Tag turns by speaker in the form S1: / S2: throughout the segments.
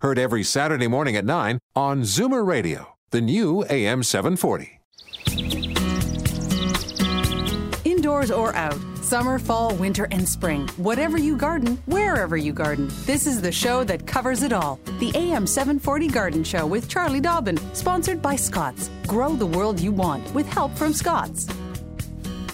S1: heard every Saturday morning at 9 on Zoomer Radio, the new AM 740.
S2: Indoors or out, summer, fall, winter, and spring. Whatever you garden, wherever you garden, this is the show that covers it all. The AM 740 Garden Show with Charlie Dobbin, sponsored by Scotts. Grow the world you want with help from Scotts.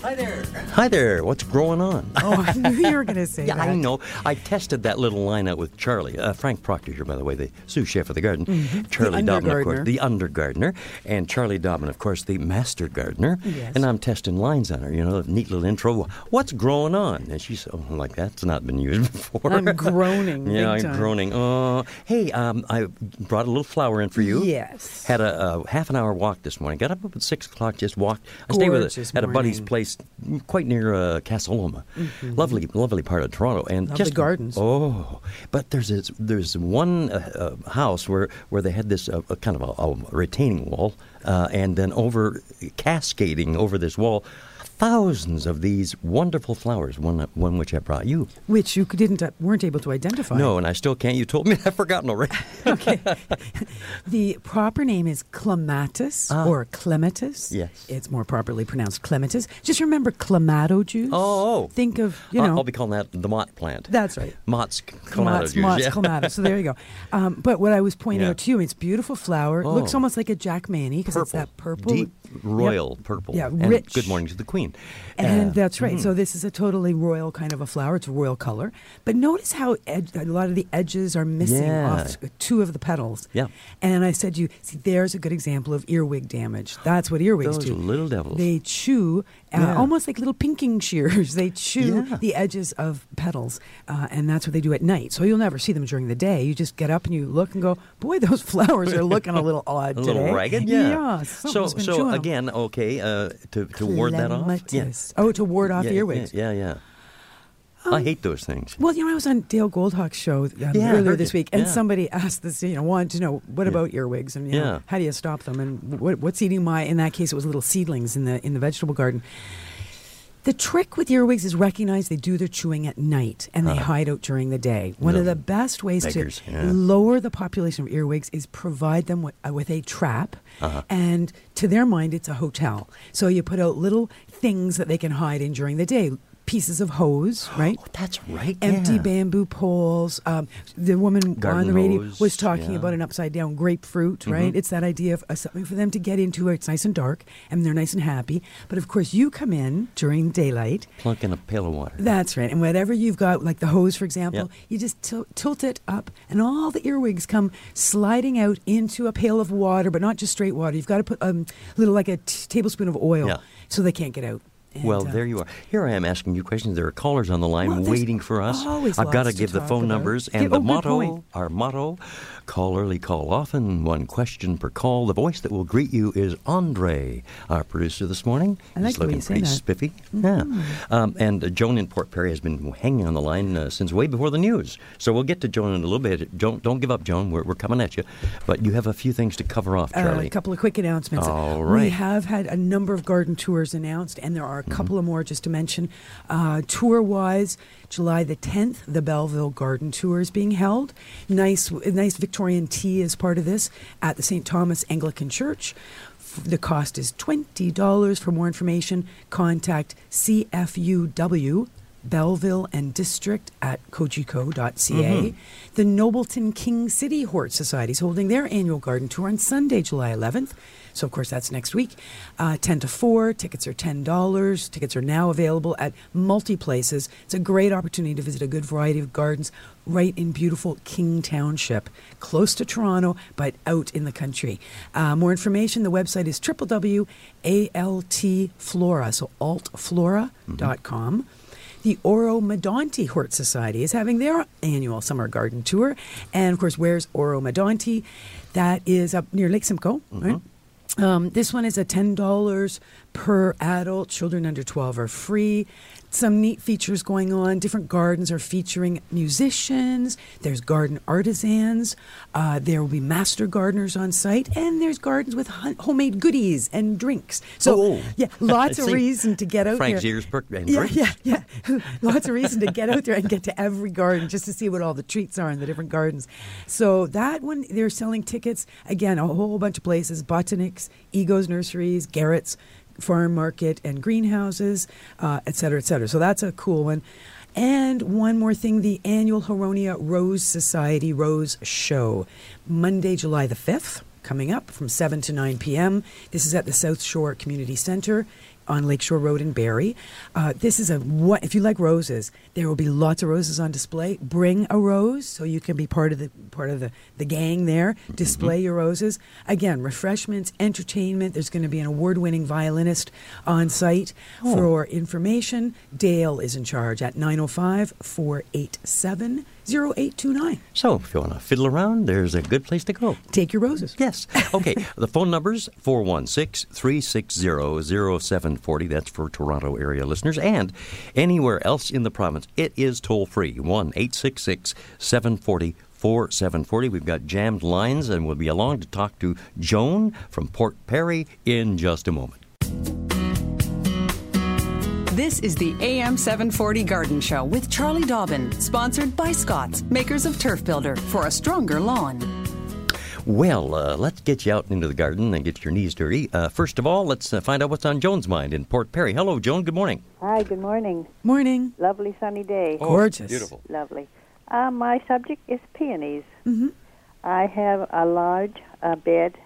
S3: Hi there. Hi there. What's going on?
S4: Oh, I knew you were going to say
S3: yeah,
S4: that.
S3: I know. I tested that little line out with Charlie, uh, Frank Proctor here, by the way, the sous chef of the garden.
S4: Mhm.
S3: Charlie
S4: The
S3: Dobbin, of course,
S4: undergardener.
S3: the undergardener, and Charlie Dobbin, of course, the master gardener.
S4: Yes.
S3: And I'm testing lines on her. You know, a neat little intro. What's growing on? And she's oh, like that's not been used before.
S4: I'm groaning.
S3: yeah,
S4: big
S3: I'm
S4: time.
S3: groaning. Oh, hey, um, I brought a little flower in for you.
S4: Yes.
S3: Had a, uh half an hour walk this morning. Got up at six o'clock. Just walked. I stayed with
S4: Gorgeous
S3: a, at a buddy's
S4: morning. Mm-hmm.
S3: place mm, quite near uh, Casaloma. Lovely, lovely part of Toronto. And
S4: Lovely
S3: just
S4: gardens.
S3: Oh, but there's this, there's one uh, uh, house where where they had this uh, uh, kind of a, a retaining wall, uh, and then over cascading over this wall. Thousands of these wonderful flowers, one, one which I brought you.
S4: Which you didn't uh, weren't able to identify.
S3: No, and I still can't. You told me I've forgotten already.
S4: The proper name is clematis
S3: Ah.
S4: or clematis.
S3: Yes.
S4: It's more properly pronounced clematis. Just remember clamato juice.
S3: Oh.
S4: Think of, you
S3: I-
S4: know.
S3: I'll be calling that the Mott plant.
S4: That's right.
S3: Mott's
S4: Clematis,
S3: clematis.
S4: moss,
S3: yeah.
S4: clematis. So there you go. Um, but what I was pointing
S3: Yeah.
S4: out to you, it's beautiful flower. It looks
S3: Oh.
S4: almost like a Jack Manny because it's that purple.
S3: deep royal purple.
S4: Yeah,
S3: And
S4: rich.
S3: Good morning to the queen.
S4: And
S3: Uh,
S4: that's right. So this is a totally royal kind of a flower. It's a royal color. But notice how ed- a lot of the edges are missing
S3: Yeah.
S4: off t- two of the petals.
S3: Yeah.
S4: And I said to you, see, there's a good example of earwig damage. That's what earwigs
S3: Those
S4: do.
S3: little devils.
S4: They chew, uh,
S3: Yeah.
S4: almost like little pinking shears. They chew
S3: Yeah.
S4: the edges of petals. Uh, and that's what they do at night. So you'll never see them during the day. You just get up and you look and go, boy, those flowers are looking a little odd
S3: a
S4: today.
S3: little ragged, yeah. so,
S4: something's been
S3: so
S4: chewing 'em.
S3: again, okay, uh, to, to ward that off.
S4: Clematis. Oh, to ward off
S3: yeah,
S4: earwigs. Um,
S3: Yeah, yeah. I hate those things.
S4: Well, you know, I was on Dale Goldhawk's show um,
S3: I
S4: earlier
S3: heard
S4: this
S3: you.
S4: week, and
S3: Yeah.
S4: somebody asked this, you know, wanted to know what about earwigs and you
S3: Yeah.
S4: know, how do you stop them and what, what's eating my? In that case, it was little seedlings in the in the vegetable garden. The trick with earwigs is recognize they do their chewing at night and they
S3: Uh-huh.
S4: hide out during the day. One of
S3: No.
S4: the best ways
S3: Beggars,
S4: to
S3: yeah.
S4: lower the population of earwigs is provide them with, uh, with a trap,
S3: Uh-huh.
S4: and to their mind, it's a hotel. So you put out little things that they can hide in during the day. Pieces of hose, right?
S3: Oh, that's right.
S4: empty
S3: yeah.
S4: bamboo poles. Um, the woman on
S3: Garden
S4: the radio
S3: hose,
S4: was talking
S3: yeah. Mm-hmm.
S4: about an upside down grapefruit, right? It's that idea of uh, something for them to get into. It's nice and dark, and they're nice and happy. But of course, you come in during daylight.
S3: Plunk in a pail of water.
S4: That's right. And whatever you've got, like the hose, for example,
S3: Yeah.
S4: you just til- tilt it up, and all the earwigs come sliding out into a pail of water, but not just straight water. You've got to put um, a little, like a t- tablespoon of oil,
S3: Yeah.
S4: so they can't get out. And,
S3: Well,
S4: uh,
S3: there you are. Here I am asking you questions. There are callers on the line
S4: Well, there's
S3: waiting for us.
S4: always
S3: I've got
S4: lots
S3: to
S4: to
S3: give the
S4: talk
S3: phone
S4: about.
S3: numbers
S4: Yeah,
S3: and the
S4: oh, good
S3: motto.
S4: point.
S3: Our motto: Call early, call often. One question per call. The voice that will greet you is Andre, our producer this morning.
S4: I like
S3: He's
S4: the way
S3: looking
S4: you say
S3: pretty
S4: that. Mm-hmm.
S3: spiffy. Yeah. Um, and uh, Joan in Port Perry has been hanging on the line uh, since way before the news. So we'll get to Joan in a little bit. Don't don't give up, Joan. We're we're coming at you. But you have a few things to cover off,
S4: Uh,
S3: Charlie.
S4: a couple of quick announcements.
S3: All
S4: We
S3: right. Mm-hmm.
S4: have had a number of garden tours announced, and there are a couple of more just to mention. Uh, tour wise, July the 10th, the Belleville Garden Tour is being held. Nice, nice Victorian tea is part of this at the St. Thomas Anglican Church. F- The cost is $20. For more information, contact CFUW. Belleville and District at cogeco.ca. The Nobleton King City Hort Society is holding their annual garden tour on Sunday, July 11th. So, of course, that's next week. Uh, 10 to 4, tickets are $10. Tickets are now available at multi places. It's a great opportunity to visit a good variety of gardens right in beautiful King Township, close to Toronto, but out in the country. Uh, more information, the website is www.altflora, so altflora.com. The Oromodonti Hort Society is having their annual summer garden tour. And of course, where's Oromodonti? That is up near Lake Simcoe, right? Um, this one is a ten dollars per adult. Children under twelve are free. Some neat features going on. Different gardens are featuring musicians. There's garden artisans. Uh, there will be master gardeners on site, and there's gardens with hun- homemade goodies and drinks. So
S3: Oh.
S4: yeah, lots of
S3: See,
S4: reason to get out
S3: Frank's
S4: there.
S3: ears perked and
S4: yeah,
S3: drinks.
S4: yeah, yeah. Lots of reason to get out there and get to every garden just to see what all the treats are in the different gardens. So that one, they're selling tickets again, a whole bunch of places: Botanics, Ego's Nurseries, Garrett's Farm Market, and greenhouses, uh, et cetera, et cetera. So that's a cool one. And one more thing: the annual Horonia Rose Society Rose Show, Monday, July the fifth. Coming up from 7 to 9 p.m. This is at the South Shore Community Center on Lakeshore Road in Barrie. Uh, this is a what if you like roses, there will be lots of roses on display. Bring a rose so you can be part of the part of the, the gang there. Display your roses. Again, refreshments, entertainment. There's going to be an award-winning violinist on site for information. Dale is in charge at 905-487-0829.
S3: So if you want to fiddle around, there's a good place to go.
S4: Take your roses.
S3: Yes. Okay. the phone numbers 416 360 0740. That's for Toronto area listeners. And anywhere else in the province, it is toll free 1 866 740 4740. We've got jammed lines, and we'll be along to talk to Joan from Port Perry in just a moment.
S2: This is the AM 740 Garden Show with Charlie Dobbin, sponsored by Scotts, makers of Turf Builder, for a stronger lawn.
S3: Well, uh, let's get you out into the garden and get your knees dirty. Uh, first of all, let's uh, find out what's on Joan's mind in Port Perry. Hello, Joan. Good morning.
S5: Hi, good morning.
S4: Morning. Oh,
S5: Lovely sunny day.
S4: Gorgeous.
S3: Beautiful.
S5: Lovely. Uh, my subject is peonies. Mm-hmm. I have a large uh, bed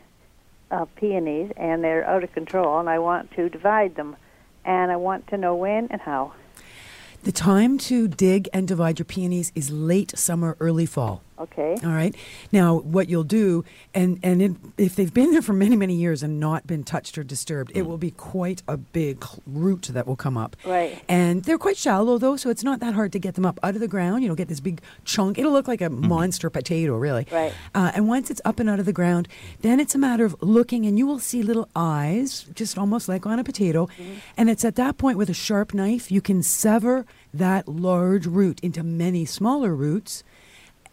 S5: of peonies, and they're out of control, and I want to divide them, and I want to know when and how.
S4: The time to dig and divide your peonies is late summer, early fall.
S5: Okay.
S4: All right. Now, what you'll do, and and it, if they've been there for many many years and not been touched or disturbed, it will be quite a big cl- root that will come up.
S5: Right.
S4: And they're quite shallow though, so it's not that hard to get them up out of the ground. You know, get this big chunk. It'll look like a monster potato, really.
S5: Right.
S4: Uh, and once it's up and out of the ground, then it's a matter of looking, and you will see little eyes, just almost like on a potato. And it's at that point with a sharp knife, you can sever that large root into many smaller roots,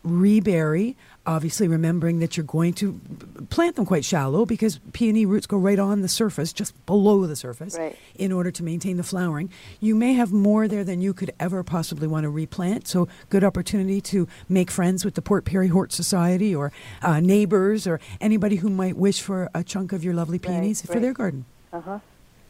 S4: rebury, obviously remembering that you're going to plant them quite shallow because peony roots go right on the surface, just below the surface
S5: Right.
S4: in order to maintain the flowering. You may have more there than you could ever possibly want to replant. So, good opportunity to make friends with the Port Perry Hort Society or uh, neighbors or anybody who might wish for a chunk of your lovely peonies for
S5: right.
S4: their garden.
S5: Uh huh.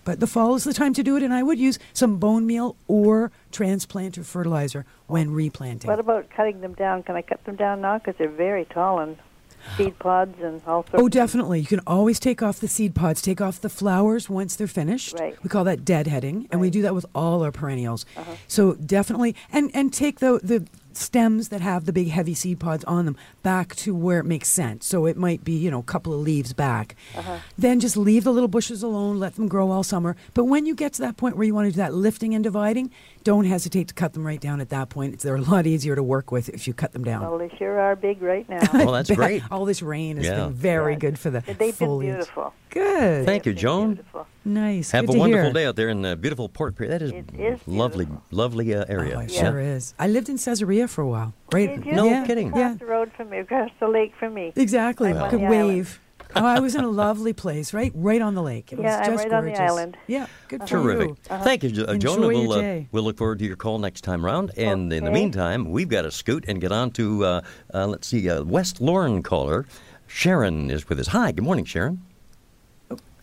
S4: But the fall is the time to do it, and I would use some bone meal or transplant or fertilizer when replanting.
S5: What about cutting them down? Can I cut them down now? Because they're very tall and seed pods and all sorts.
S4: Oh, definitely. You can always take off the seed pods, take off the flowers once they're finished.
S5: Right. Uh-huh.
S4: We call that deadheading, and we do that with all our perennials. So definitely, and and take the the stems that have the big heavy seed pods on them back to where it makes sense. So it might be you know a couple of leaves back.
S5: Uh-huh.
S4: Then just leave the little bushes alone, let them grow all summer. But when you get to that point where you want to do that lifting and dividing, don't hesitate to cut them right down. At that point, It's- they're a lot easier to work with if you cut them down.
S5: Well, they sure are big right now.
S3: Well, that's great.
S4: All this rain has
S3: Yeah.
S4: been very good for the
S5: They've been
S4: foliage.
S5: beautiful.
S4: Good.
S3: Thank you,
S5: They've been
S3: Joan.
S5: Beautiful.
S4: Nice.
S3: Have
S4: Good
S3: a
S4: to
S3: wonderful
S4: hear.
S3: day out there in the beautiful Port Perry. That is,
S5: It is
S3: lovely,
S5: beautiful.
S3: lovely uh, area.
S4: Oh, it
S3: Yeah.
S4: sure is. I lived in Caesarea for a while. Great.
S5: Did you?
S3: No
S4: yeah,
S3: kidding.
S5: Across
S4: Yeah,
S5: the road from me, across the lake from me.
S4: exactly.
S5: I'm on
S4: Could
S5: the island.
S4: wave. oh, I was in a lovely place, right, right on the lake. It
S5: Yeah,
S4: was
S5: I'm
S4: just
S5: right on the
S4: gorgeous.
S5: island.
S4: Yeah, good
S5: Uh-huh.
S4: for
S3: Terrific.
S4: you.
S3: Thank you, Jo- uh, Joan.
S4: Enjoy
S3: and
S4: your
S3: We'll, uh,
S4: day.
S3: we'll look forward to your call next time round. And in the
S5: Okay.
S3: meantime, we've got to scoot and get on to, uh, uh, let's see, uh, West Lauren caller. Sharon is with us. Hi, good morning, Sharon.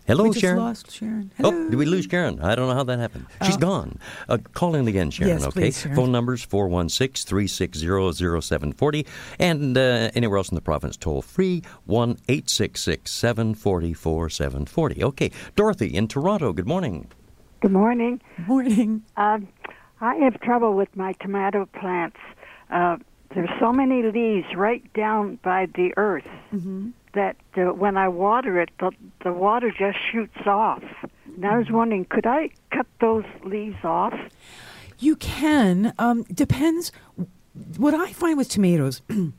S3: Hello,
S4: Oh, we just
S3: Sharon.
S4: lost Sharon.
S3: Oh, did we lose Sharon? I don't know how that happened. She's gone. Uh, call in again, Sharon,
S4: Oh. Yes,
S3: okay?
S4: please, Sharon.
S3: Phone numbers 416 360 0740 and uh, anywhere else in the province, toll free 1 866 740 4740. Okay, Dorothy in Toronto, good morning.
S6: Good morning.
S4: Morning.
S6: Um, I have trouble with my tomato plants. Uh, there's so many leaves right down by the earth
S4: Mm-hmm.
S6: that uh, when I water it, the, the water
S4: Mm-hmm.
S6: just shoots off. And I was wondering, could I cut those leaves off?
S4: You can. Um, depends. What I find with tomatoes, do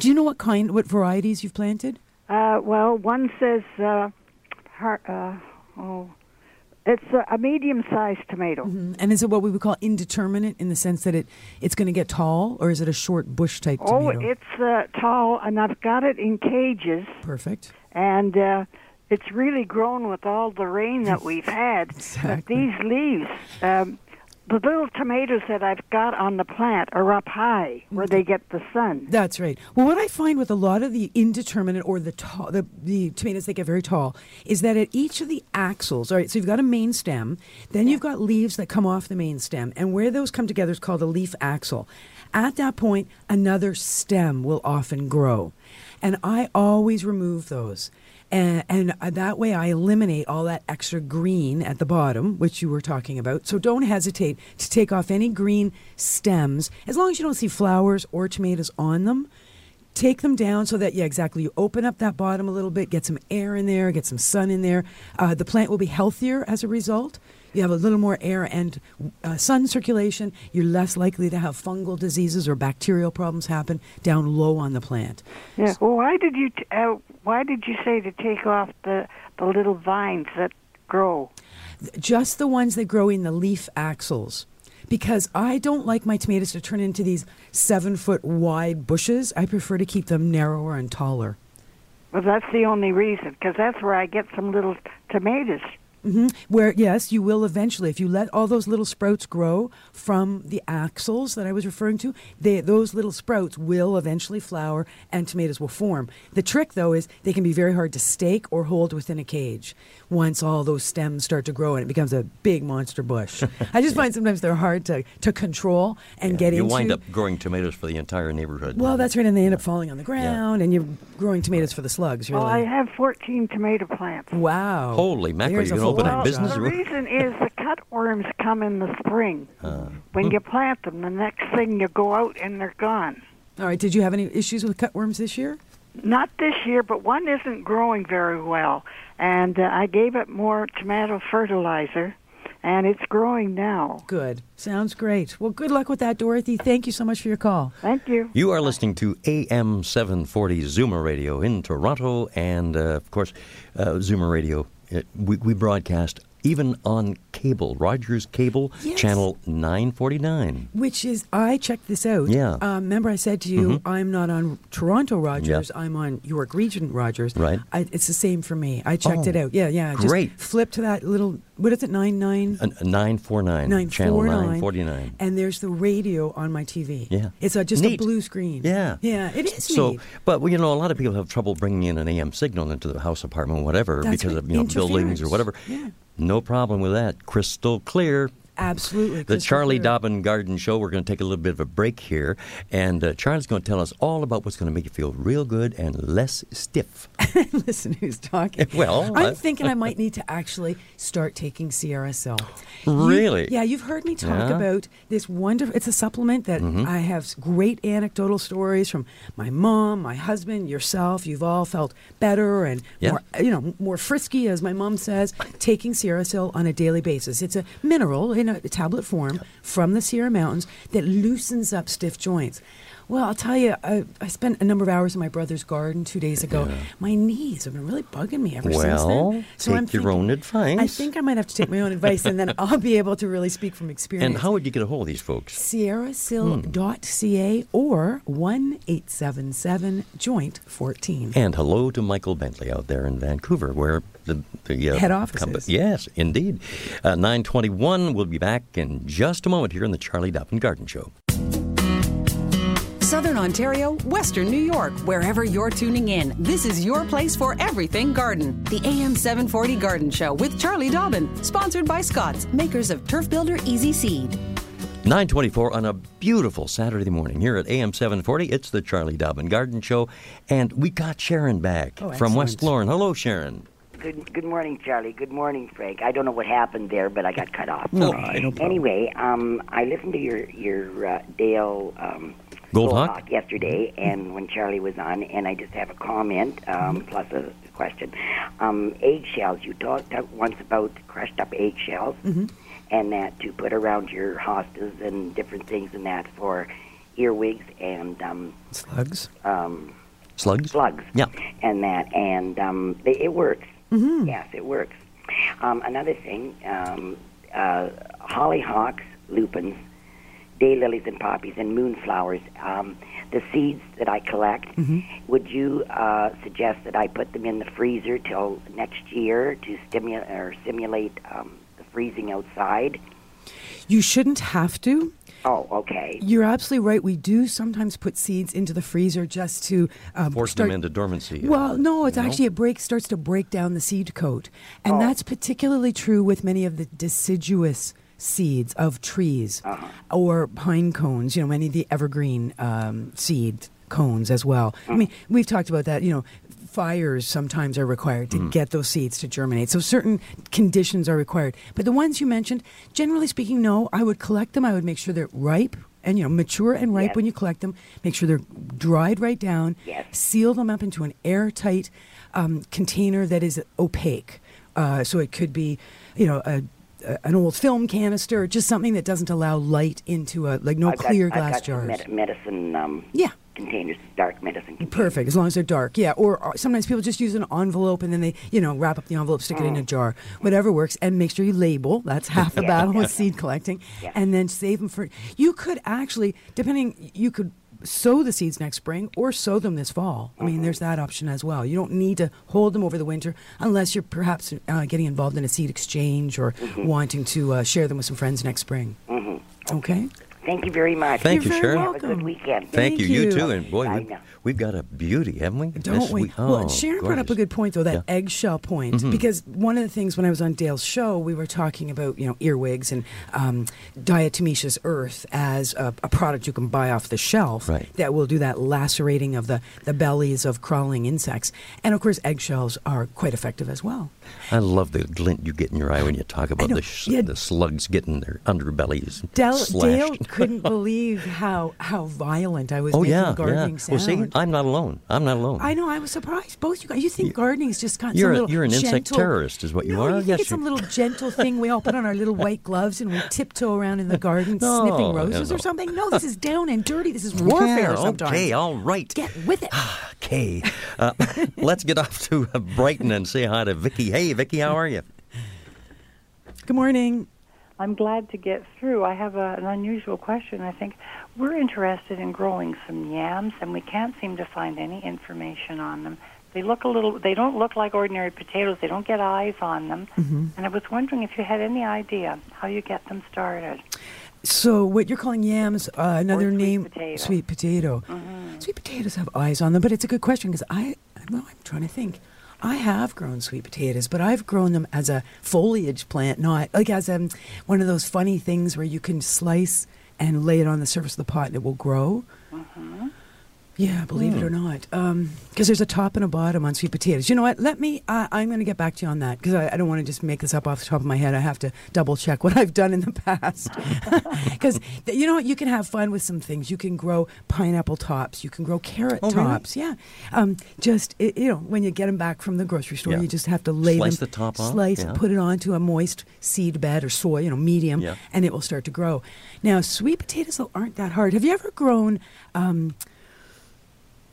S4: you know what kind, what varieties you've planted?
S6: Uh, well, one says, uh, har- uh, oh, it's a, a medium-sized tomato.
S4: And is it what we would call indeterminate in the sense that it it's going to get tall, or is it a short bush type
S6: Oh,
S4: tomato?
S6: it's uh, tall, and I've got it in cages,
S4: Perfect.
S6: and uh, it's really grown with all the rain that we've had. But
S4: Exactly.
S6: these leaves, um, the little tomatoes that I've got on the plant are up high where they get the sun.
S4: That's right. Well, what I find with a lot of the indeterminate or the tall, the, the tomatoes that get very tall is that at each of the axils, all right, so you've got a main stem, then you've got leaves that come off the main stem, and where those come together is called a leaf axil. At that point, another stem will often grow. And I always remove those. And, and uh, that way, I eliminate all that extra green at the bottom, which you were talking about. So don't hesitate to take off any green stems, as long as you don't see flowers or tomatoes on them. Take them down so that, yeah, exactly. You open up that bottom a little bit, get some air in there, get some sun in there. Uh, the plant will be healthier as a result. You have a little more air and uh, sun circulation. You're less likely to have fungal diseases or bacterial problems happen down low on the plant.
S6: Yeah. Well, why did you t- uh, why did you say to take off the the little vines that grow?
S4: just the ones that grow in the leaf axils because I don't like my tomatoes to turn into these seven foot wide bushes. I prefer to keep them narrower and taller.
S6: Well, that's the only reason, because that's where I get some little tomatoes.
S4: hmm Where, yes, you will eventually, if you let all those little sprouts grow from the axils that I was referring to, they, those little sprouts will eventually flower and tomatoes will form. The trick, though, is they can be very hard to stake or hold within a cage once all those stems start to grow and it becomes a big monster bush. I just find sometimes they're hard to, to control and get
S3: you
S4: into.
S3: wind up growing tomatoes for the entire neighborhood.
S4: Well, that's right, and they end up falling on the ground, and you're growing tomatoes for the slugs, really.
S6: Well, I have 14 tomato plants.
S4: Wow.
S3: Holy mackerel,
S4: There's
S3: you
S4: a
S3: can open a
S4: full-time
S3: business
S4: job.
S6: The
S3: Right.
S6: reason is the cutworms come in the spring. when you plant them, the next thing you go out and they're gone.
S4: All right, did you have any issues with cutworms this year?
S6: Not this year, but one isn't growing very well. And uh, I gave it more tomato fertilizer, and it's growing now.
S4: Good. Sounds great. Well, good luck with that, Dorothy. Thank you so much for your call.
S6: Thank you.
S3: You are listening to AM 740 Zoomer Radio in Toronto, and uh, of course, uh, Zoomer Radio. It, we, we broadcast even on cable, Rogers Cable,
S4: Yes.
S3: channel 949.
S4: Which is, I checked this out.
S3: Yeah. Mm-hmm.
S4: Uh, remember, I said to you, I'm not on Toronto Rogers.
S3: Yeah.
S4: I'm on York Region Rogers.
S3: Right.
S4: I, it's the same for me. I checked
S3: Oh,
S4: it out. Yeah, yeah. I just
S3: great.
S4: Flip to that little. What is it? Nine nine.
S3: Uh, 949, channel 949.
S4: and there's the radio on my TV.
S3: Yeah.
S4: it's a, just
S3: Neat.
S4: a blue screen.
S3: Yeah.
S4: yeah, it is
S3: So,
S4: neat.
S3: but well, you know, a lot of people have trouble bringing in an AM signal into the house, apartment, whatever,
S4: That's
S3: because
S4: right.
S3: of you know buildings or
S4: Interference.
S3: whatever.
S4: Yeah.
S3: No problem with that. Crystal clear.
S4: Absolutely,
S3: The
S4: crystal
S3: Charlie
S4: clear.
S3: Dobbin Garden Show. We're going to take a little bit of a break here, and uh, Charlie's going to tell us all about what's going to make you feel real good and less stiff.
S4: Listen who's talking.
S3: Well, uh,
S4: I'm
S3: I-
S4: thinking I might need to actually start taking CRSL. You-
S3: Really?
S4: yeah, you've heard me talk
S3: Yeah? Mm-hmm.
S4: about this wonderful. It's a supplement that I have s- great anecdotal stories from my mom, my husband, yourself. You've all felt better and
S3: Yeah.
S4: more, you know, more frisky, as my mom says. Taking CRSL on a daily basis. It's a mineral in a tablet form from the Sierra Mountains that loosens up stiff joints. Well, I'll tell you, I, I spent a number of hours in my brother's garden two days ago. My knees have been really bugging me ever since
S3: Well,
S4: then. So
S3: take
S4: I'm
S3: your
S4: thinking-
S3: own advice.
S4: I think I might have to take my own advice, and then I'll be able to really speak from experience.
S3: And how would you get a hold of these folks?
S4: sierrasil.ca or 1877 joint 14.
S3: And hello to Michael Bentley out there in Vancouver, where the, the uh,
S4: Head office
S3: compa-
S4: is.
S3: yes, indeed. Uh, 921, we'll be back in just a moment here on the Charlie Dobbin Garden Show.
S2: Southern Ontario, Western New York, wherever you're tuning in, this is your place for everything garden. The AM 740 Garden Show with Charlie Dobbin, sponsored by Scotts, makers of Turf Builder Easy Seed.
S3: 924 on a beautiful Saturday morning here at AM 740. It's the Charlie Dobbin Garden Show, and we got Sharon back
S4: Oh,
S3: from West
S4: excellent.
S3: Lorne. Hello, Sharon.
S7: Good, good morning, Charlie. Good morning, Frank. I don't know what happened there, but I got cut off.
S3: No, I don't know.
S7: Anyway, um, I listened to your your uh, Dale um,
S3: Goldhawk?
S7: Goldhawk yesterday, and when Charlie was on, and I just have a comment um, plus a question. Um, eggshells. You talked uh, once about crushed up eggshells,
S8: Mm-hmm.
S7: and that to put around your hostas and different things, and that for earwigs and um,
S9: Slugs.
S7: um,
S3: Slugs?
S7: slugs.
S3: Yeah.
S7: And that, and um, they, it works.
S4: Mm-hmm.
S7: Yes, it works. Um, another thing, um, uh, hollyhocks, lupins, daylilies and poppies, and moonflowers. Um, the seeds that I collect,
S10: Mm-hmm.
S7: would you uh, suggest that I put them in the freezer till next year to stimulate or simulate um, the freezing outside?
S4: You shouldn't have to.
S7: Oh, okay.
S4: You're absolutely right. We do sometimes put seeds into the freezer just to um,
S3: Force
S4: start-
S3: them into dormancy.
S4: Well, no, it's
S3: you know? Oh.
S4: actually it break starts to break down the seed coat, and that's particularly true with many of the deciduous seeds of trees
S3: Uh-huh.
S4: or pine cones. You know, many of the evergreen um, seed cones as well.
S3: Uh-huh.
S4: I mean, we've talked about that. You know. Fires sometimes are required
S3: Mm-hmm.
S4: to get those seeds to germinate. So, certain conditions are required. But the ones you mentioned, generally speaking, no, I would collect them. I would make sure they're ripe and, you know, mature and ripe
S7: Yes.
S4: when you collect them. Make sure they're dried right down
S7: Yes.
S4: seal them up into an airtight um, container that is opaque. Uh, so it could be, you know, a, a, an old film canister, or just something that doesn't allow light into a like no
S7: I've got-
S4: clear
S7: I've
S4: glass
S7: got some
S4: jars.
S7: med- medicine. Um,
S4: Yeah.
S7: Containers, dark medicine. Containers.
S4: Perfect, as long as they're dark. Yeah, or, or sometimes people just use an envelope and then they, you know, wrap up the envelope, stick it in a jar, whatever works, and make sure you label. That's half the
S7: Mm. Yeah,
S4: battle
S7: yeah.
S4: with seed collecting,
S7: Yeah.
S4: and then save them for. You could actually, depending, you could sow the seeds next spring or sow them this fall. I mean, there's
S7: Mm-hmm.
S4: that option as well. You don't need to hold them over the winter unless you're perhaps uh, getting involved in a seed exchange or
S7: Mm-hmm.
S4: wanting to uh, share them with some friends next spring. Mm-hmm. Okay.
S7: Thank you very much.
S3: Thank you,
S4: You're very
S3: Sharon.
S7: Have a good
S4: welcome.
S7: weekend.
S3: Thank,
S4: Thank
S3: you. You
S4: you.
S3: too. And boy,
S7: I
S3: we've,
S7: know.
S3: we've got a beauty, haven't we?
S4: Don't
S3: This
S4: we?
S3: week?
S4: well,
S3: Oh,
S4: and Sharon brought up a
S3: gorgeous.
S4: good point though that
S3: Yeah. Mm-hmm.
S4: eggshell point because one of the things when I was on Dale's show, we were talking about you know earwigs and um, diatomaceous earth as a, a product you can buy off the shelf
S3: Right.
S4: that will do that lacerating of the the bellies of crawling insects, and of course eggshells are quite effective as well.
S3: I love the glint you get in your eye when you talk about
S4: know.
S3: the, sh-
S4: Yeah.
S3: the slugs getting their underbellies
S4: Dale,
S3: slashed.
S4: Dale couldn't believe how how violent I was
S3: oh
S4: making
S3: yeah,
S4: gardening
S3: yeah.
S4: sound.
S3: Well, see, I'm not alone. I'm not alone.
S4: I know. I was surprised. Both you guys. You think gardening's just kind of some
S3: You're a-
S4: little
S3: you're an insect
S4: gentle-
S3: terrorist is what you
S4: No,
S3: are.
S4: You think
S3: Oh, Yes,
S4: it's some
S3: you-
S4: little gentle thing we all put on our little white gloves and we tiptoe around in the garden
S3: No,
S4: sniffing
S3: no,
S4: roses
S3: no.
S4: or something. No, this is down and dirty. This is warfare.
S3: Yeah,
S4: sometimes.
S3: okay, all right.
S4: Get with it.
S3: okay, uh, let's get off to uh, Brighton and say hi to Vicky. Hey, Vicky, how are you?
S4: Good morning.
S11: I'm glad to get through. I have a, an unusual question. I think we're interested in growing some yams, and we can't seem to find any information on them. They look a little. They don't look like ordinary potatoes. They don't get eyes on them.
S4: Mm-hmm.
S3: Mm-hmm.
S11: And I was wondering if you had any idea how you get them started.
S4: So what you're calling yams? Uh, another
S11: Or sweet
S4: name?
S11: potato. Mm-hmm.
S4: Sweet potato. Sweet potatoes have eyes on them, but it's a good question because I, I know I'm trying to think. I have grown sweet potatoes, but I've grown them as a foliage plant, not like as um, one of those funny things where you can slice and lay it on the surface of the pot and it will grow. Yeah, believe
S3: Hmm.
S4: it or not, because there's a top and a bottom on sweet potatoes. You know what? Let me. I I'm going to get back to you on that because I, I don't want to just make this up off the top of my head. I have to double check what I've done in the past. Because you know what? You can have fun with some things. You can grow pineapple tops. You can grow carrot
S3: Oh, really?
S4: tops. Yeah. Um, just i you know, when you get them back from the grocery store,
S3: Yeah.
S4: you just have to lay
S3: Slice
S4: them,
S3: the top off,
S4: slice,
S3: yeah.
S4: put it onto a moist seed bed or soil, you know, medium,
S3: Yeah.
S4: and it will start to grow. Now, sweet potatoes though, aren't that hard. Have you ever grown? Um,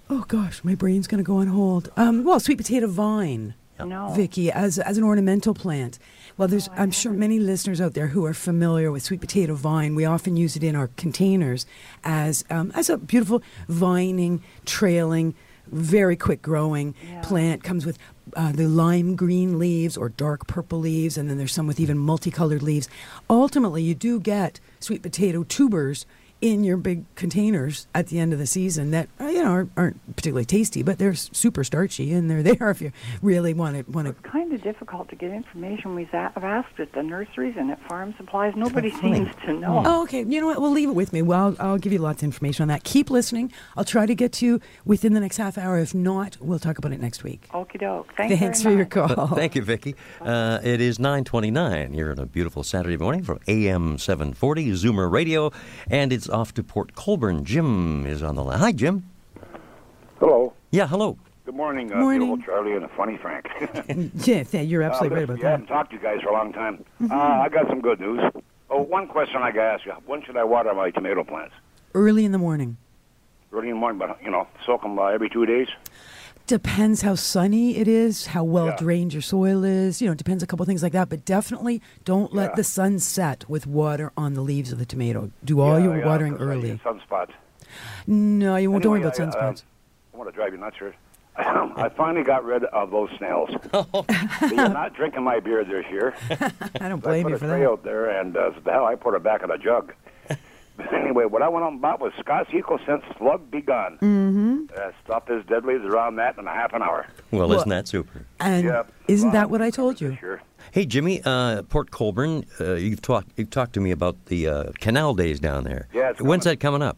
S4: Oh gosh, my brain's going to go on hold. Um, well, sweet potato vine.
S11: No.
S4: Vicky, as, as an ornamental plant. Well, there's, I'm sure, many listeners out there who are familiar with sweet potato vine. We often use it in our containers as, um, as a beautiful vining, trailing, very quick growing plant. Comes with uh, the lime green leaves or dark purple leaves, and then there's some with even multicolored leaves. Ultimately, you do get sweet potato tubers in your big containers at the end of the season that uh, you know aren't, aren't particularly tasty, but they're s- super starchy and they're there if you really want to want to.
S11: It's kind of difficult to get information. We've a- I've asked at the nurseries and at farm supplies. Nobody seems to know.
S4: Oh, okay. You know what? We'll leave it with me. Well, I'll, I'll give you lots of information on that. Keep listening. I'll try to get to you within the next half hour. If not, we'll talk about it next week.
S11: Okie doke. Thank you very
S4: Thanks for your
S11: much.
S4: call.
S3: Uh, Thank you, Vicky. Uh, it is 9:29 here on a beautiful Saturday morning from AM 740 Zoomer Radio, and it's off to Port Colborne. Jim is on the line. Hi, Jim.
S9: Hello.
S3: Yeah, hello.
S9: Good morning, uh,
S4: Morning.
S9: beautiful Charlie and a funny Frank.
S4: Yeah, th- you're absolutely
S9: Uh, yeah,
S4: right about
S9: I
S4: that. Mm-hmm.
S9: haven't talked to you guys for a long time. Uh, I got some good news. Oh, one question I got to ask you: When should I water my tomato plants?
S4: Early in the morning.
S9: Early in the morning, but you know, soak them uh, every two days.
S4: Depends how sunny it is, how well
S9: Yeah.
S4: drained your soil is. You know, it depends a couple things like that. But definitely don't let the sun set with water on the leaves of the tomato. Do all
S9: Yeah,
S4: your
S9: yeah,
S4: watering
S9: 'cause I
S4: early.
S9: get Sunspots.
S4: No, you won't. don't worry
S9: Anyway,
S4: about
S9: I, uh,
S4: sunspots.
S9: I want to drive you nuts here. Um, I finally got rid of those snails.
S4: Oh.
S9: they are not drinking my beer this year.
S4: I don't
S9: I
S4: blame
S9: put
S4: you
S9: a
S4: for
S9: tray
S4: that.
S9: out there, and uh, the hell, I put it back in a jug. But anyway, what I went on and bought was Scott's EcoSense Slug Be Gone. Mm-hmm. That stuff is deadly. They're on that in a half an hour.
S3: Well,
S4: Well-
S3: isn't that super?
S4: And
S9: Yep.
S4: isn't
S9: Wow.
S4: that what I told you?
S9: Sure.
S3: Hey, Jimmy, uh, Port Colborne. Uh, you've talked you've talked to me about the uh, canal days down there.
S9: Yeah, it's
S3: When's
S9: coming.
S3: that coming up?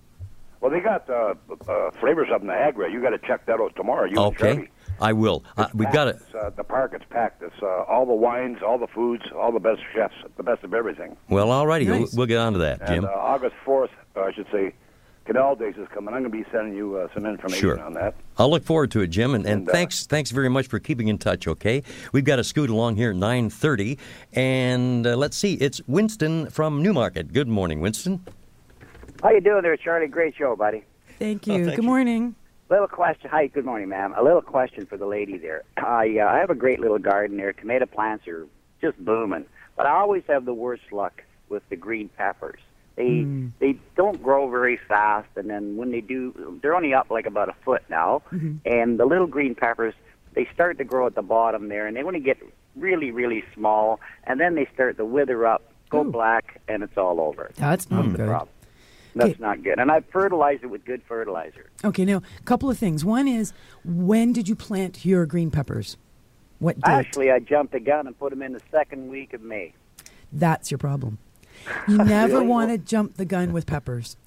S9: Well, they got uh, uh, flavors up in Niagara. You got to check that out tomorrow. You and
S3: okay,
S9: Chevy.
S3: I will. Uh, we've got it.
S9: It's, uh, the park is packed. It's uh, all the wines, all the foods, all the best chefs, the best of everything.
S3: Well, all righty, we'll,
S4: Nice.
S3: we'll get on to that,
S9: And
S3: Jim.
S9: uh, August 4th, or I should say, Canal Days is coming. I'm going to be sending you uh, some information
S3: Sure.
S9: on that.
S3: I'll look forward to it, Jim, and, and,
S9: And, uh,
S3: thanks thanks very much for keeping in touch. Okay, we've got to scoot along here at nine thirty, and uh, let's see, it's Winston from Newmarket. Good morning, Winston.
S8: How you doing there, Charlie? Great show, buddy.
S4: Oh, Thank
S9: Oh,
S4: you.
S3: thank
S4: Good
S3: you.
S4: morning.
S8: Little question. Hi, good morning, ma'am. A little question for the lady there. I uh, I have a great little garden there. Tomato plants are just booming, but I always have the worst luck with the green peppers. They
S4: Mm.
S8: they don't grow very fast, and then when they do, they're only up like about a foot now.
S4: Mm-hmm.
S8: And the little green peppers, they start to grow at the bottom there, and they want to get really really small, and then they start to wither up, go black, and it's all over.
S4: That's not good.
S8: Problem. That's
S4: Okay.
S8: not good. And I fertilize it with good fertilizer.
S4: Okay, now a couple of things. One is, when did you plant your green peppers? What date?
S8: Actually, I jumped the gun and put them in the second week of May.
S4: That's your problem. You never want to jump the gun with peppers.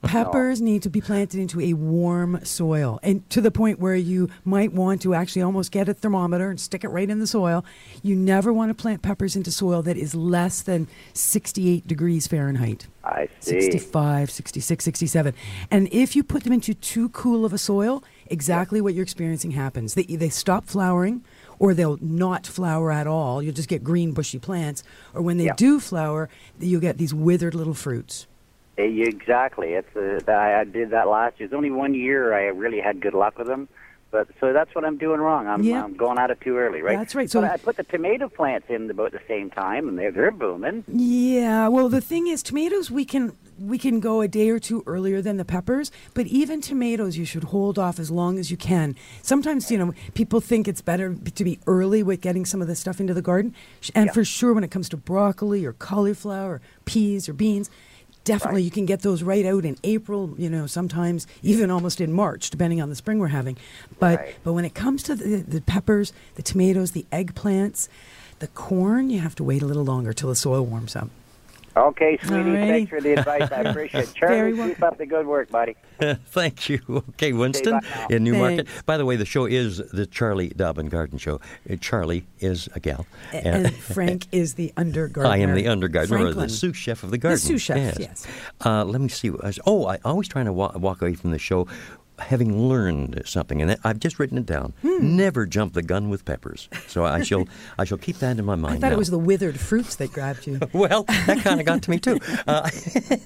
S4: Peppers need to be planted into a warm soil and to the point where you might want to actually almost get a thermometer and stick it right in the soil. You never want to plant peppers into soil that is less than 68 degrees Fahrenheit.
S8: I see.
S4: 65, 66, 67. And if you put them into too cool of a soil, exactly what you're experiencing happens. They, they stop flowering or they'll not flower at all. You'll just get green, bushy plants. Or when they
S8: Yeah.
S4: do flower, you'll get these withered little fruits.
S8: Eh, you- Exactly. It's uh, I I did that last year. It's only one year I really had good luck with them. But so that's what I'm doing wrong. I'm,
S4: Yeah.
S8: I'm going at it too early, right?
S4: That's right.
S8: So
S4: So-
S8: I put the tomato plants in about the same time, and they're they're booming.
S4: Yeah, well, the thing is, tomatoes we can we can go a day or two earlier than the peppers, but even tomatoes you should hold off as long as you can. Sometimes you know people think it's better b- to be early with getting some of the stuff into the garden, Sh- and for sure when it comes to broccoli or cauliflower, or peas or beans. Definitely, you can get those right out in April. You know, sometimes even almost in March, depending on the spring we're having. But
S8: Right.
S4: but when it comes to the, the peppers, the tomatoes, the eggplants, the corn, you have to wait a little longer till the soil warms up.
S8: Okay, sweetie.
S4: Alrighty.
S8: Thanks for the advice. I appreciate it. Charlie,
S4: Very
S8: keep
S4: welcome.
S8: up the good work, buddy.
S3: Thank you. Okay, Winston
S8: bye now.
S3: in Newmarket. By the way, the show is the Charlie Dobbin Garden Show. Uh, Charlie is a gal,
S4: and, Frank is the undergardener.
S3: I am the undergardener, or the
S4: Franklin.
S3: sous chef of the garden.
S4: sous chef, yes.
S3: Uh, let me see. what I was- Oh, I always trying to wa- walk away from the show having learned something, and I've just written it down.
S4: Hmm.
S3: Never jump the gun with peppers. So I shall, I shall keep that in my mind.
S4: I thought
S3: now.
S4: it was the withered fruits that grabbed you.
S3: Well, that kind of got to me too. Uh,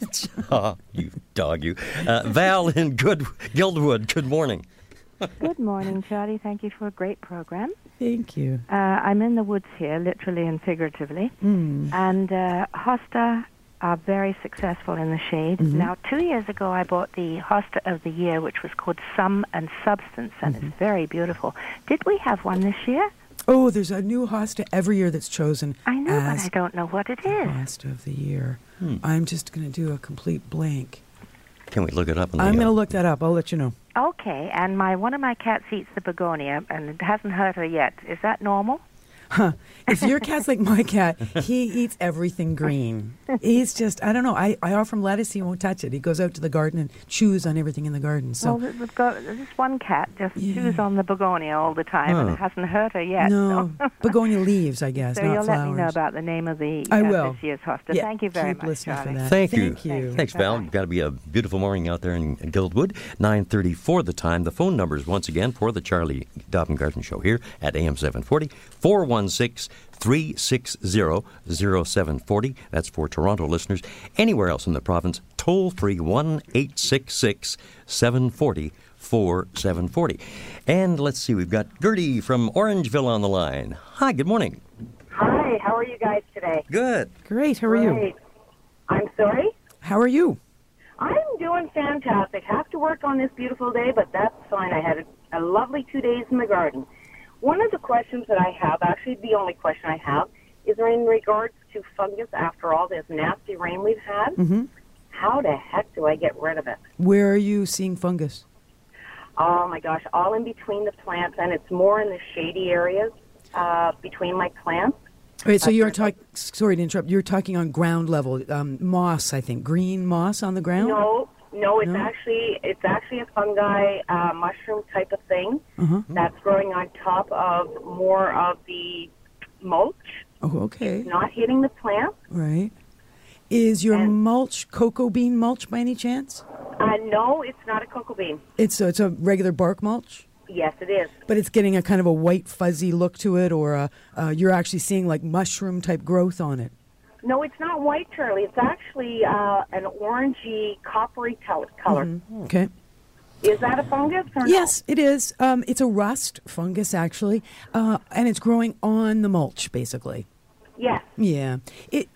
S3: oh, you dog, you. Uh, Val in Good Guildwood. Good morning.
S12: Good morning, Charlie. Thank you for a great program.
S4: Thank you.
S12: Uh, I'm in the woods here, literally and figuratively.
S4: Mm-hmm.
S12: And uh, hosta are very successful in the shade.
S4: Mm-hmm.
S12: Now, two years ago, I bought the hosta of the year, which was called Sum and Substance, and
S4: Mm-hmm.
S12: it's very beautiful. Did we have one this year?
S4: Oh, there's a new hosta every year that's chosen.
S12: I know,
S4: as
S12: but I don't know what it
S4: the
S12: is.
S4: hosta of the year.
S3: Hmm.
S4: I'm just going to do a complete blank.
S3: Can we look it up? On the,
S4: I'm
S3: uh,
S4: going to look that up. I'll let you know.
S12: Okay, and my one of my cats eats the begonia, and it hasn't hurt her yet. Is that normal?
S4: Huh. If your cat's like my cat, he eats everything green. He's just, I don't know. I, I offer him lettuce, he won't touch it. He goes out to the garden and chews on everything in the garden. So,
S12: well, we- we've got this one cat just chews on the begonia all the time, and
S3: Huh.
S12: it hasn't hurt her yet. Oh,
S4: no. Begonia leaves, I guess,
S12: So,
S4: not
S12: you'll
S4: flowers.
S12: let me know about the name of the
S4: I
S12: uh,
S4: will.
S12: this year's hosta.
S4: Yeah,
S12: Thank you very
S4: keep
S12: much,
S4: listening for
S12: Charlie.
S4: that.
S3: Thank you.
S4: Thank you.
S3: Thanks, Val. It's got to be a beautiful morning out there in Guildwood. 934 the time. The phone numbers, once again, for the Charlie Dobbin Garden Show here at AM 740, 416-360-0740. That's for Toronto listeners. Anywhere else in the province, toll-free 1-866-740. 4740. And let's see, we've got Gertie from Orangeville on the line. Hi, good morning.
S13: Hi, how are you guys today?
S3: Good.
S4: Great. How are you?
S13: Great. I'm sorry?
S4: How are you?
S13: I'm doing fantastic. Have to work on this beautiful day, but that's fine. I had a, a lovely two days in the garden. One of the questions that I have, actually the only question I have, is in regards to fungus after all this nasty rain we've had.
S4: Mm.
S13: How the heck do I get rid of it?
S4: Mm-hmm. Where are you seeing fungus?
S13: Oh my gosh, all in between the plants, and it's more in the shady areas uh, between my plants.
S4: All right,
S12: Uh,
S4: so you're talking, sorry to interrupt, you're talking on ground level, um, moss, I think, green moss on the ground?
S13: No, no, it's
S4: No?
S13: actually it's actually a fungi uh, mushroom type of thing
S4: Uh-huh.
S13: that's growing on top of more of the mulch,
S4: Oh, okay.
S13: not hitting the plant.
S4: Right. Is your mulch cocoa bean mulch by any chance?
S13: Uh, no, it's not a cocoa bean.
S4: It's a, it's a regular bark mulch,
S13: Yes, it is.
S4: but it's getting a kind of a white fuzzy look to it, or a, uh, you're actually seeing like mushroom type growth on it.
S13: No, it's not white, Charlie. It's actually uh, an orangey, coppery tel- color.
S4: Mm-hmm. Okay.
S13: Is that a fungus? Or no?
S4: Yes, it is. Um, it's a rust fungus actually, uh, and it's growing on the mulch basically.
S13: Yes.
S4: Yeah, it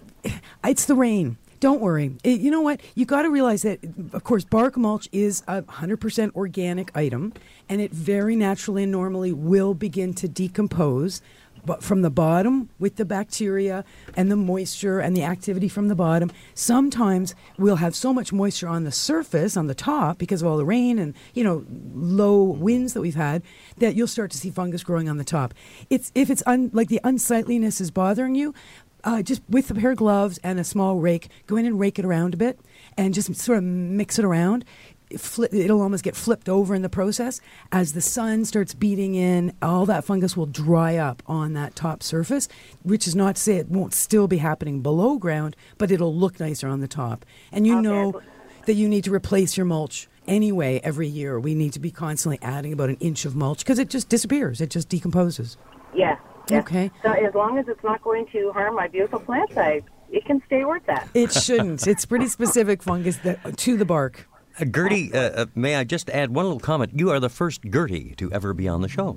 S4: it's the rain. Don't worry. It- you know what? You got to realize that, of course, bark mulch is a 100% organic item, and it very naturally and normally will begin to decompose. But from the bottom, with the bacteria and the moisture and the activity from the bottom, sometimes we'll have so much moisture on the surface, on the top, because of all the rain and you know low winds that we've had, that you'll start to see fungus growing on the top. It's if it's un, like the unsightliness is bothering you, uh, just with a pair of gloves and a small rake, go in and rake it around a bit and just sort of mix it around. It fli it'll almost get flipped over in the process. As the sun starts beating in, all that fungus will dry up on that top surface, which is not to say it won't still be happening below ground, but it'll look nicer on the top. And you know that you need to replace your mulch anyway every year. We need to be constantly adding about an inch of mulch because it just disappears, it just decomposes.
S13: Yes. yes.
S4: Okay.
S13: So as long as it's not going to harm my beautiful plants, I it can stay where it's at.
S4: It shouldn't. it's pretty specific fungus that, to the bark.
S3: Uh, Gertie, uh, uh, may I just add one little comment? You are the first Gertie to ever be on the show.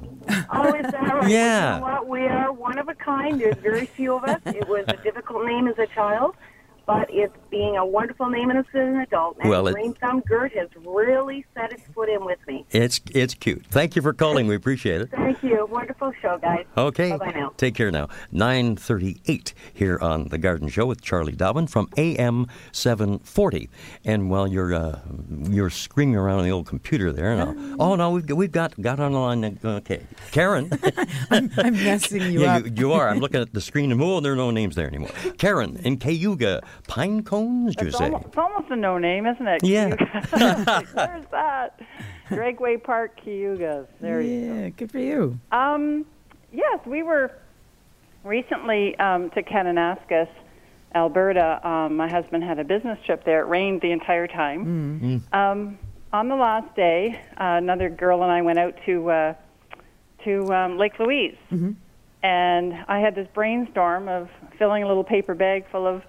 S13: Oh, is that right?
S3: Yeah.
S13: You know what? We are one of a kind. There's very few of us. It was a difficult name as a child, but it's being a wonderful name as an adult. And
S3: Well, it-
S13: Green Thumb Gert has really set its foot in with me.
S3: It's it's cute. Thank you for calling. We appreciate it.
S13: Thank you. Wonderful show, guys.
S3: Okay.
S13: Bye-bye now.
S3: Take care now. 938 here on The Garden Show with Charlie Dobbin from AM 740. And while you're uh, you're screaming around the old computer there, and I'll- oh no, we've, we've got got on the line. Okay. Karen.
S4: I'm messing you
S3: yeah,
S4: up.
S3: You, you are. I'm looking at the screen and oh, there are no names there anymore. Karen in Cayuga. Pine cones, do you
S11: It's
S3: say?
S11: almost, it's almost a no name, isn't it?
S3: Yeah.
S11: Cayuga. Where's that? Dragway Park, Cayugas. There you go.
S4: yeah, good for you.
S11: Um, yes, we were recently um, to Kananaskis, Alberta. Um, my husband had a business trip there. It rained the entire
S4: Mm. Hmm.
S3: mm.
S11: time. Um, on the last day, uh, another girl and I went out to uh, to um, Lake Louise,
S4: Mm-hmm.
S11: and I had this brainstorm of filling a little paper bag full of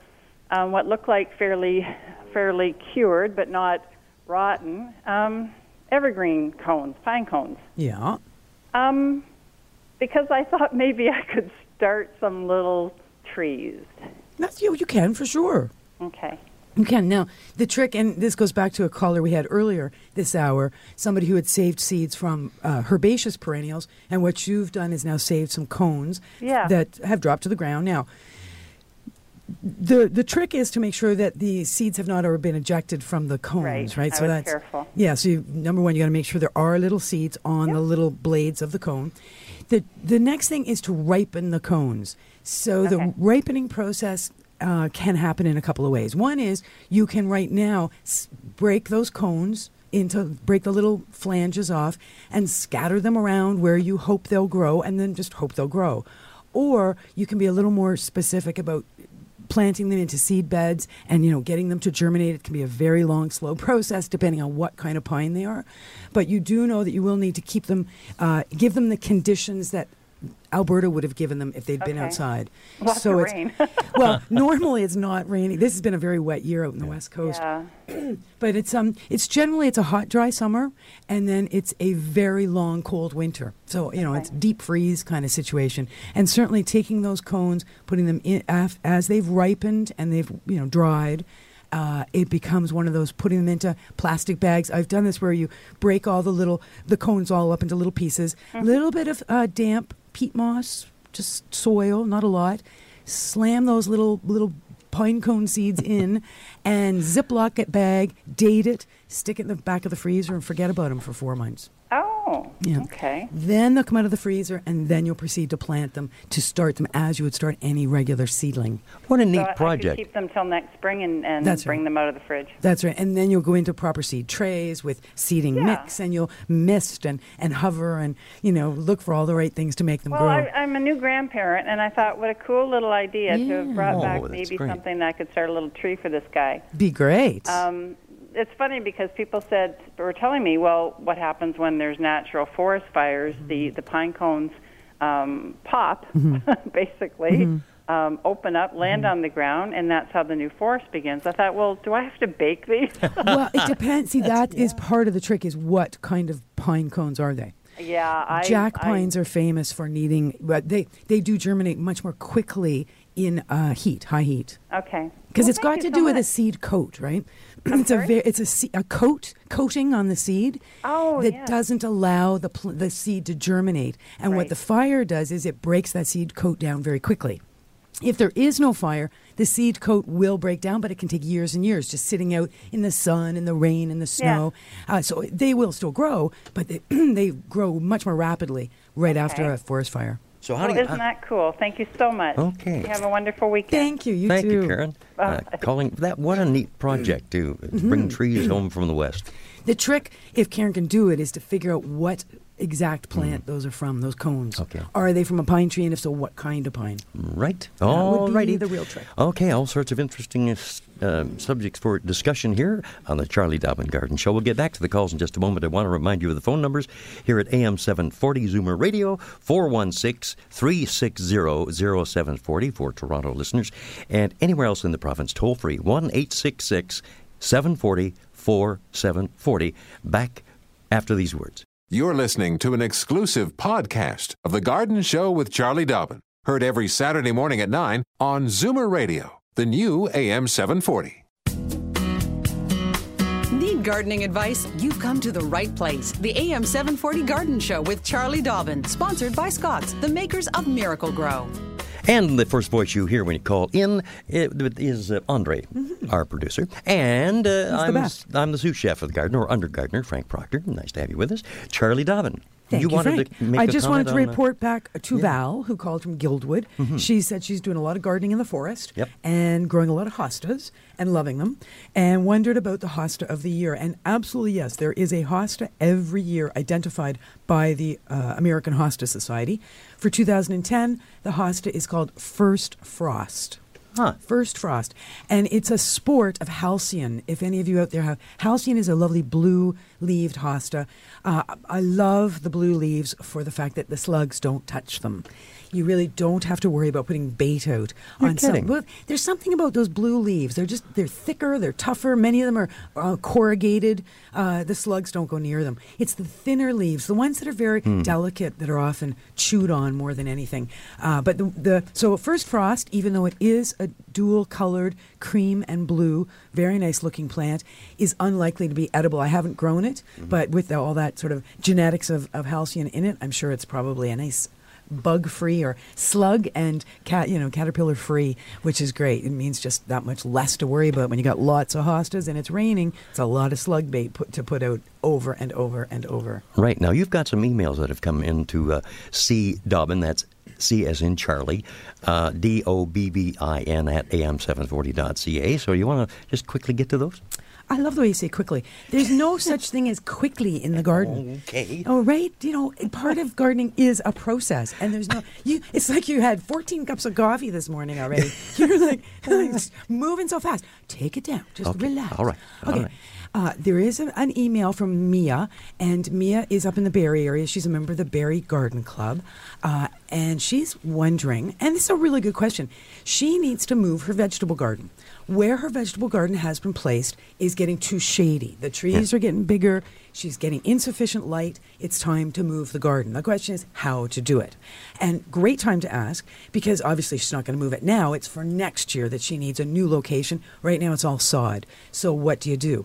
S11: um, what looked like fairly fairly cured but not rotten um, evergreen cones, pine cones.
S4: Yeah.
S11: Um, because I thought maybe I could start some little trees.
S4: That's you. You can for sure.
S11: Okay.
S4: You can now. The trick, and this goes back to a caller we had earlier this hour, somebody who had saved seeds from uh, herbaceous perennials, and what you've done is now saved some cones
S11: Yeah.
S4: that have dropped to the ground. Now, the the trick is to make sure that the seeds have not ever been ejected from the cones, right?
S11: Right. I was careful.
S4: Yeah, so you, number one, you got to make sure there are little seeds on the little blades of the cone. The the next thing is to ripen the cones. So the ripening process uh, can happen in a couple of ways. One is you can right now s- break those cones into break the little flanges off and scatter them around where you hope they'll grow, and then just hope they'll grow. Or you can be a little more specific about planting them into seed beds and you know getting them to germinate it can be a very long slow process depending on what kind of pine they are but you do know that you will need to keep them uh, give them the conditions that alberta would have given them if they'd been
S11: Okay.
S4: outside
S11: Lots
S4: so
S11: of
S4: it's
S11: rain.
S4: well normally it's not rainy this has been a very wet year out in the west coast
S11: Yeah.
S4: but it's um it's generally it's a hot dry summer and then it's a very long cold winter so you know it's deep freeze kind of situation and certainly taking those cones putting them in af- as they've ripened and they've you know dried uh, it becomes one of those putting them into plastic bags. I've done this where you break all the little the cones all up into little pieces.
S11: Mm-hmm.
S4: Little bit of uh, damp peat moss, just soil, not a lot. Slam those little little pine cone seeds in and Ziploc it bag, date it, stick it in the back of the freezer, and forget about them for four months.
S11: Oh.
S4: Yeah.
S11: Okay.
S4: Then they'll come out of the freezer, and then you'll proceed to plant them to start them as you would start any regular seedling.
S3: What a
S11: So
S3: neat
S11: I- I could
S3: project.
S11: keep them till next spring and, and
S4: That's
S11: bring
S4: right.
S11: them out of the fridge.
S4: That's right. And then you'll go into proper seed trays with seeding
S11: Yeah.
S4: mix, and you'll mist and, and hover and, you know, look for all the right things to make them
S11: Well,
S4: grow.
S11: I, I'm a new grandparent, and I thought, what a cool little idea to have brought
S4: Yeah.
S11: back
S4: Oh, that's
S11: maybe
S4: great.
S11: something that I could start a little tree for this guy.
S4: Be great.
S11: Um, it's funny because people said were telling me, well, what happens when there's natural forest fires?
S4: Mm-hmm.
S11: The the pine cones um, pop, basically.
S4: Mm-hmm.
S11: Um, open up, land on the ground, and that's how the new forest begins. I thought, well, do I have to bake these?
S4: well, it depends. See, that is part of the trick is what kind of pine cones are they?
S11: yeah, I,
S4: Jack
S11: I-
S4: pines are famous for needing, but they, they do germinate much more quickly in uh, heat, high heat.
S11: Okay.
S4: Because
S11: Well,
S4: it's
S11: thank
S4: got to
S11: you
S4: do
S11: so
S4: with a
S11: much.
S4: seed coat, right? it's a ve- it's a, se- a coat coating on the seed
S11: Oh,
S4: that
S11: yeah.
S4: doesn't allow the pl- the seed to germinate. And what
S11: Right.
S4: the fire does is it breaks that seed coat down very quickly. If there is no fire, the seed coat will break down, but it can take years and years just sitting out in the sun and the rain and the
S11: Yeah.
S4: snow. Uh, so they will still grow, but they, they grow much more rapidly right after
S11: Okay.
S4: a forest fire.
S3: So how
S11: Well,
S3: do you?
S11: isn't that cool? Thank you so much.
S3: uh, Okay.
S11: You have a wonderful weekend.
S4: Thank you. You
S3: Thank
S4: too.
S3: you, Karen. Uh, calling that what a neat project to
S4: Mm-hmm.
S3: bring trees home from the west.
S4: The trick, if Karen can do it, is to figure out what exact
S3: Mm.
S4: plant those are from, those cones.
S3: Okay.
S4: Are they from a pine tree? And if so, what kind of pine?
S3: Right.
S4: would be
S3: Alrighty.
S4: the real trick.
S3: Okay, all sorts of interesting uh, s- um, subjects for discussion here on the Charlie Dobbin Garden Show. We'll get back to the calls in just a moment. I want to remind you of the phone numbers here at AM 740 Zoomer Radio, 416 360 0740 for Toronto listeners, and anywhere else in the province, toll free 1 866 740 4740. Back after these words.
S1: You're listening to an exclusive podcast of The Garden Show with Charlie Dobbin, heard every Saturday morning at 9 on Zoomer Radio, the new AM 740.
S2: Need gardening advice? You've come to the right place. The AM 740 Garden Show with Charlie Dobbin, sponsored by Scotts, the makers of Miracle Grow.
S3: And the first voice you hear when you call in i- is uh, Andre, our producer. And uh, I'm,
S4: Mm-hmm. best.
S3: I'm the sous chef of the gardener, or under gardener, Frank Proctor. Nice to have you with us. Charlie Dobbin.
S4: Thank you,
S3: wanted
S4: Frank.
S3: to make
S4: I
S3: a
S4: just wanted to
S3: comment on, uh,
S4: report back to Val, who called from Guildwood. She said she's doing a lot of gardening in the forest
S3: Yep.
S4: and growing a lot of hostas and loving them, and wondered about the hosta of the year. And absolutely, yes, there is a hosta every year identified by the uh, American Hosta Society. For 2010, the hosta is called First Frost.
S3: Huh.
S4: First Frost. And it's a sport of halcyon. If any of you out there have, halcyon is a lovely blue leaved hosta. Uh, I love the blue leaves for the fact that the slugs don't touch them. You really don't have to worry about putting bait out
S3: You're
S4: on
S3: kidding.
S4: some. Well, there's something about those blue leaves. They're just they're thicker, they're tougher. Many of them are uh, corrugated. Uh, the slugs don't go near them. It's the thinner leaves, the ones that are very delicate, that are often chewed on more than anything. Uh, but the, the so first frost, even though it is a dual colored cream and blue, very nice looking plant, is unlikely to be edible. I haven't grown it, but with all that sort of genetics of, of halcyon in it, I'm sure it's probably a nice bug free or slug and cat, you know, caterpillar free, which is great. It means just that much less to worry about when you got lots of hostas and it's raining. It's a lot of slug bait put, to put out over and over and over.
S3: Right. Now, you've got some emails that have come in to uh, C. Dobbin, that's C as in Charlie, uh, D O B B I N at am740.ca. So you want to just quickly get to those?
S4: I love the way you say quickly. There's no such thing as quickly in the garden.
S3: Okay.
S4: Oh, right. You know, part of gardening is a process, and there's no. You, it's like you had 14 cups of coffee this morning already. You're like, it's moving so fast. Take it down. Just
S3: Okay.
S4: relax.
S3: All right. All
S4: Okay.
S3: right.
S4: Uh, there is a, an email from Mia, and Mia is up in the Barrie area. She's a member of the Barrie Garden Club, uh, and she's wondering, and this is a really good question. She needs to move her vegetable garden. Where her vegetable garden has been placed is getting too shady. The trees are getting bigger. She's getting insufficient light. It's time to move the garden. The question is how to do it. And great time to ask because obviously she's not going to move it now. It's for next year that she needs a new location. Right now it's all sod. So what do you do?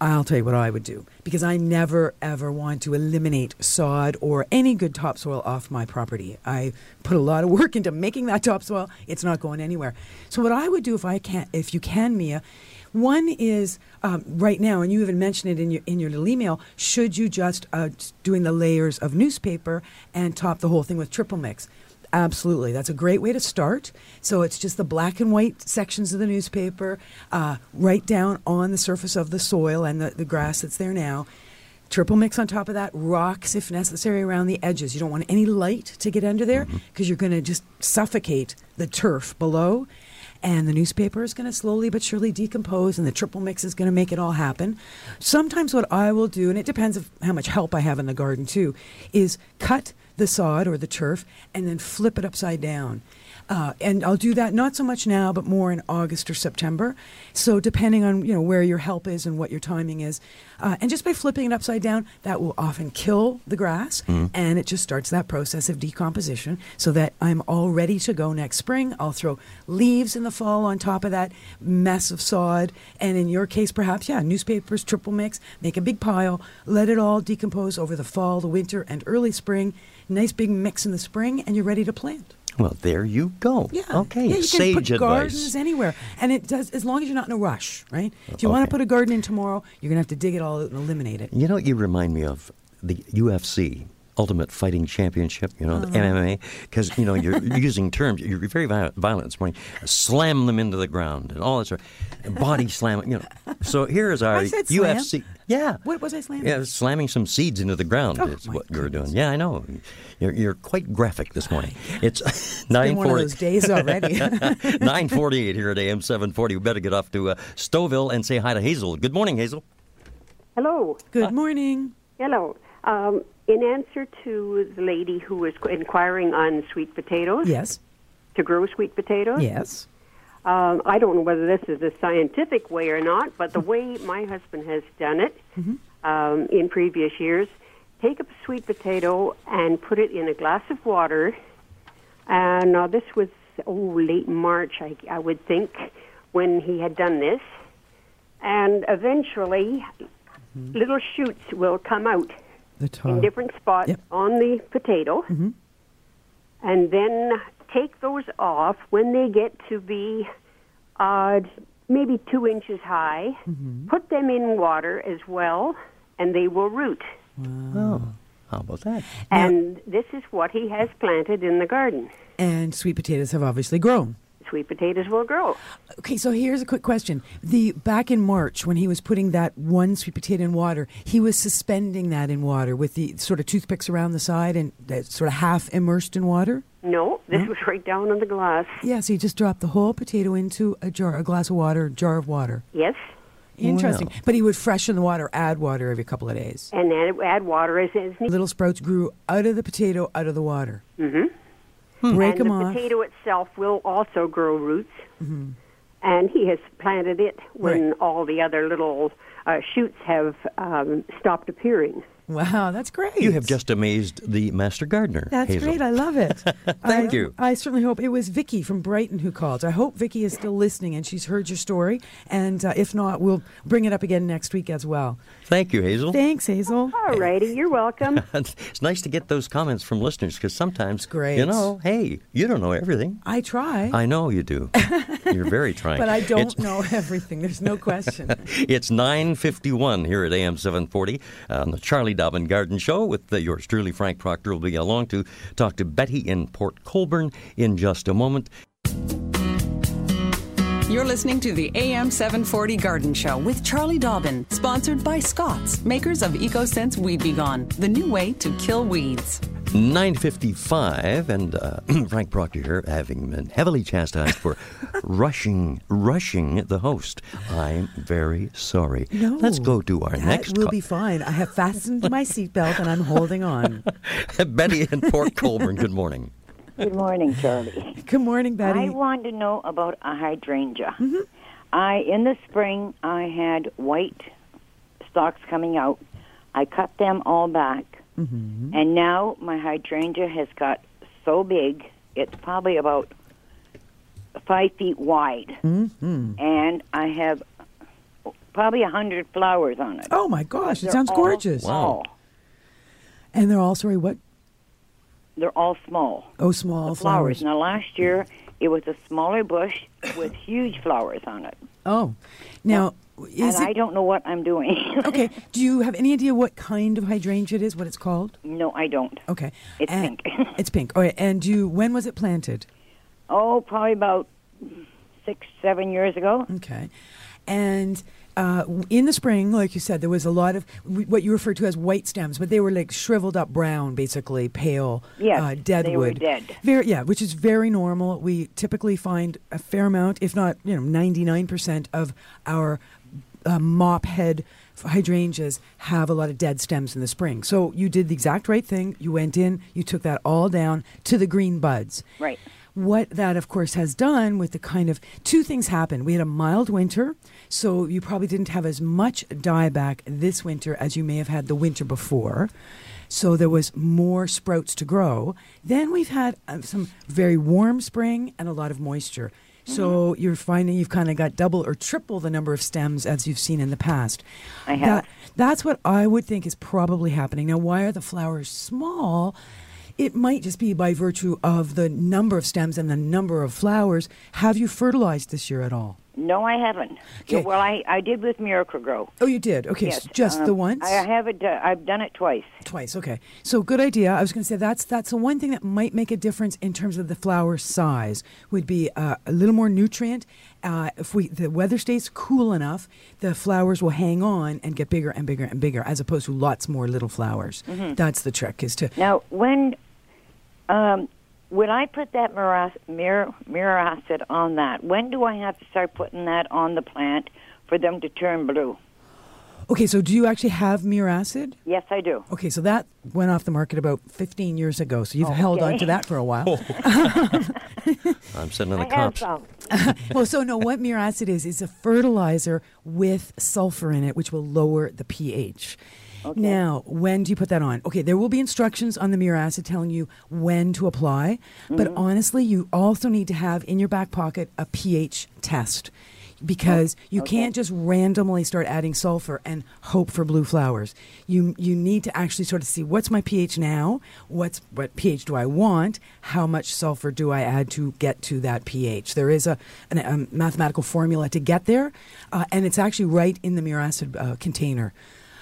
S4: I'll tell you what I would do because I never ever want to eliminate sod or any good topsoil off my property. I put a lot of work into making that topsoil. It's not going anywhere. So what I would do if I can, if you can, Mia, one is um, right now, and you even mentioned it in your in your little email. Should you just uh, just doing the layers of newspaper and top the whole thing with triple mix? Absolutely. That's a great way to start. So it's just the black and white sections of the newspaper, uh, right down on the surface of the soil and the, the grass that's there now. Triple mix on top of that, rocks if necessary around the edges. You don't want any light to get under there because you're going to just suffocate the turf below. And the newspaper is going to slowly but surely decompose, and the triple mix is going to make it all happen. Sometimes, what I will do, and it depends of how much help I have in the garden too, is cut the sod or the turf and then flip it upside down. Uh, and I'll do that not so much now, but more in August or September. So depending on you know where your help is and what your timing is, uh, and just by flipping it upside down, that will often kill the grass, and it just starts that process of decomposition. So that I'm all ready to go next spring. I'll throw leaves in the fall on top of that mess of sod, and in your case, perhaps yeah, newspapers, triple mix, make a big pile, let it all decompose over the fall, the winter, and early spring. Nice big mix in the spring, and you're ready to plant.
S3: Well, there you go.
S4: Yeah.
S3: Okay.
S4: Yeah, you can
S3: Sage
S4: put
S3: advice.
S4: gardens anywhere, and it does as long as you're not in a rush, right? If you want to put a garden in tomorrow, you're gonna have to dig it all out and eliminate it.
S3: You know, you remind me of the UFC. Ultimate Fighting Championship, you know, the
S4: Uh-huh.
S3: MMA, because, you know, you're using terms, you're very violent, violent this morning. Slam them into the ground and all that sort of body slam, you know. So here is our
S4: I said slam.
S3: UFC. Yeah.
S4: What was I slamming?
S3: Yeah, slamming some seeds into the ground
S4: Oh,
S3: is
S4: my
S3: what you're doing. Yeah, I know. You're, you're quite graphic this morning. It's
S4: Been
S3: nine
S4: one of those
S3: forty.
S4: days already.
S3: 948 here at AM 740. We better get off to uh, Stouffville and say hi to Hazel. Good morning, Hazel.
S14: Hello. Uh,
S4: Good morning.
S14: Hello. Um, in answer to the lady who was inquiring on sweet potatoes.
S4: Yes.
S14: To grow sweet potatoes.
S4: Yes.
S14: Um, I don't know whether this is a scientific way or not, but the way my husband has done it um, in previous years, take a sweet potato and put it in a glass of water. And now this was oh late March, I, I would think, when he had done this. And eventually, little shoots will come out
S4: The
S14: in
S4: top.
S14: different spots
S4: Yep.
S14: on the potato,
S4: Mm-hmm.
S14: and then take those off when they get to be uh, maybe two inches high.
S13: Mm-hmm.
S14: Put them in water as well, and they will root.
S3: Oh, how about that?
S14: And this is what he has planted in the garden.
S4: And sweet potatoes have obviously grown.
S14: Sweet potatoes will grow.
S4: Okay, so here's a quick question. The back in March when he was putting that one sweet potato in water, he was suspending that in water with the sort of toothpicks around the side and that sort of half immersed in water.
S14: No, this was right down on the glass.
S4: Yeah, so you just drop the whole potato into a jar, a glass of water, jar of water.
S14: Yes,
S4: Interesting.
S14: Wow.
S4: But he would freshen the water, add water every couple of days.
S14: and add, add water as, as needed.
S4: Little sprouts grew out of the potato, out of the water.
S14: Mm-hmm.
S4: Break
S14: and
S3: Hmm.
S4: them
S14: the
S4: off. Mm-hmm.
S14: potato itself will also grow roots, and he has planted it when all the other little uh, shoots have um, stopped appearing.
S4: Wow, that's great.
S3: You have just amazed the master gardener.
S4: That's
S3: Hazel.
S4: great. I love it.
S3: Thank
S4: I,
S3: you.
S4: I certainly hope it was Vicky from Brighton who called. I hope Vicky is still listening and she's heard your story. And uh, if not, we'll bring it up again next week as well.
S3: Thank you, Hazel.
S4: Thanks, Hazel.
S14: All righty, you're welcome.
S3: it's nice to get those comments from listeners because sometimes,
S4: great.
S3: you know, hey, you don't know everything.
S4: I try,
S3: I know you do. You're very trying.
S4: but I don't
S3: It's-
S4: know everything. There's no question.
S3: It's 9.51 here at AM 740 on the Charlie Dobbin Garden Show with uh, yours truly, Frank Proctor, will be along to talk to Betty in Port Colborne in just a moment.
S2: You're listening to the AM 740 Garden Show with Charlie Dobbin, sponsored by Scotts, makers of EcoSense Weed Be Gone, the new way to kill weeds.
S3: 9.55, and uh, Frank Proctor here, having been heavily chastised for rushing, rushing the host. I'm very sorry.
S4: No.
S3: Let's go to our
S4: that
S3: next
S4: will
S3: call.
S4: be fine. I have fastened my seatbelt and I'm holding on.
S3: Betty in Port Colborne, good morning.
S10: Good morning, Charlie.
S4: Good morning, Betty. Mm-hmm.
S10: I want to know about a hydrangea. I in the spring I had white stalks coming out. I cut them all back,
S4: Mm-hmm.
S10: and now my hydrangea has got so big it's probably about five feet wide,
S4: Mm-hmm.
S10: and I have probably a hundred flowers on it.
S4: Oh my gosh, it
S10: They're
S4: sounds
S10: all
S4: gorgeous.
S10: small.
S4: And they're all sorry, what?
S10: They're all small.
S4: Oh, small
S10: the flowers. Now, last year it was a smaller bush with huge flowers on it,
S4: Oh, now is
S10: and
S4: it?
S10: I don't know what I'm doing.
S4: okay, do you have any idea what kind of hydrangea it is? What it's called?
S10: no, I don't.
S4: Okay,
S10: It's
S4: And- it's pink. All right, and you when was it planted?
S10: Oh, probably about six, seven years ago.
S4: Okay, and. Uh, w- in the spring, like you said, there was a lot of w- what you refer to as white stems, but they were like shriveled up brown, basically pale,
S10: Yes,
S4: uh, dead
S10: they were
S4: wood.
S10: dead.
S4: Very, yeah, which is very normal. We typically find a fair amount, if not you know, ninety nine percent of our uh, mop head hydrangeas have a lot of dead stems in the spring. So you did the exact right thing. You went in, you took that all down to the green buds.
S10: Right.
S4: What that, of course, has done with the kind of two things happened. We had a mild winter, so you probably didn't have as much dieback this winter as you may have had the winter before. So there was more sprouts to grow. Then we've had um, some very warm spring and a lot of moisture. So you're finding you've kind of got double or triple the number of stems as you've seen in the past.
S10: I
S4: That-
S10: have.
S4: that's what I would think is probably happening. Now, why are the flowers small? It might just be by virtue of the number of stems and the number of flowers. Have you fertilized this year at all?
S10: No, I haven't.
S4: Okay.
S10: Well, I, I did with Miracle Grow.
S4: Oh, you did. Okay,
S10: yes,
S4: so just
S10: um,
S4: the once.
S10: I have it. Uh, I've done it twice.
S4: Twice. Okay. So good idea. I was going to say that's that's the one thing that might make a difference in terms of the flower size would be uh, a little more nutrient. Uh, if we the weather stays cool enough, the flowers will hang on and get bigger and bigger and bigger, as opposed to lots more little flowers.
S10: Mhm.
S4: That's the trick is to
S10: Now, when um, when I put that miras- mir- mirror acid on that, when do I have to start putting that on the plant for them to turn blue?
S4: Okay, so do you actually have muracid?
S10: Yes, I do.
S4: Okay, so that went off the market about 15 years ago, so you've
S10: Oh,
S4: held
S10: okay.
S4: on to that for a while.
S3: I'm sitting on the cops.
S4: well, so no, what muracid is, is a fertilizer with sulfur in it, which will lower the pH. Now, when do you put that on? Okay, there will be instructions on the muracid telling you when to apply, but
S15: Mhm.
S4: honestly, you also need to have in your back pocket a pH test because you
S15: Okay.
S4: can't just randomly start adding sulfur and hope for blue flowers. You you need to actually sort of see what's my pH now, what's what pH do I want, how much sulfur do I add to get to that pH. There is a, an, a mathematical formula to get there, uh, and it's actually right in the muracid uh, container.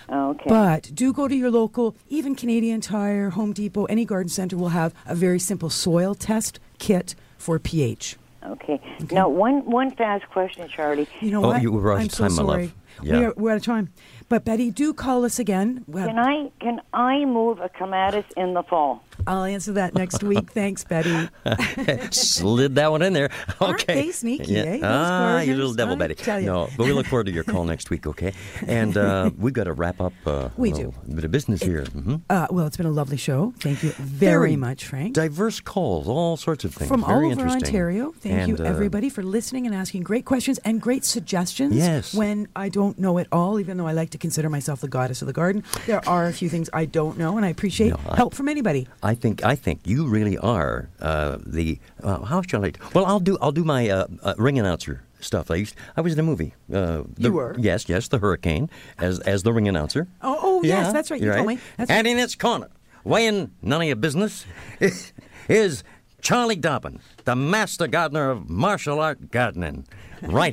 S10: Oh, Okay.
S4: But do go to your local, even Canadian Tire, Home Depot, any garden center will have a very simple soil test kit for pH.
S10: Okay. Now, one one fast question, Charlie.
S4: You know
S3: Oh,
S4: what?
S3: you were out
S4: I'm
S3: of
S4: so
S3: time, my love.
S4: sorry. We
S3: Yeah.
S4: are, we're out of time. But Betty, do call us again. Well,
S10: Can I can I move a clematis in the fall?
S4: I'll answer that next week. Thanks, Betty.
S3: Slid that one in there. Okay.
S4: they sneaky, eh? Those
S3: Ah, you
S4: gardeners,
S3: little devil,
S4: I
S3: Betty.
S4: tell ya.
S3: No, but we look forward to your call next week, okay? And uh, we've got to wrap up uh,
S4: We
S3: a
S4: do.
S3: little bit of business here. hmm
S4: Uh, well, it's been a lovely show. Thank you very, much, Frank.
S3: Diverse calls, all sorts of things.
S4: From
S3: Very
S4: all over
S3: interesting.
S4: Ontario, thank you
S3: And, uh,
S4: everybody for listening and asking great questions and great suggestions.
S3: Yes.
S4: When I do don't know it all, even though I like to consider myself the goddess of the garden. There are a few things I don't know, and I appreciate help from anybody.
S3: I think I think you really are uh, the uh, how shall I? Well, I'll do I'll do my uh, uh, ring announcer stuff. I used I was in a movie. Uh, the,
S4: You were?
S3: yes yes the Hurricane as as the ring announcer.
S4: Oh, oh
S3: Yeah,
S4: yes, that's right. You
S3: you're
S4: told me. That's
S3: and in its corner, weighing none of your business, is Charlie Dobbin, the master gardener of martial art gardening, right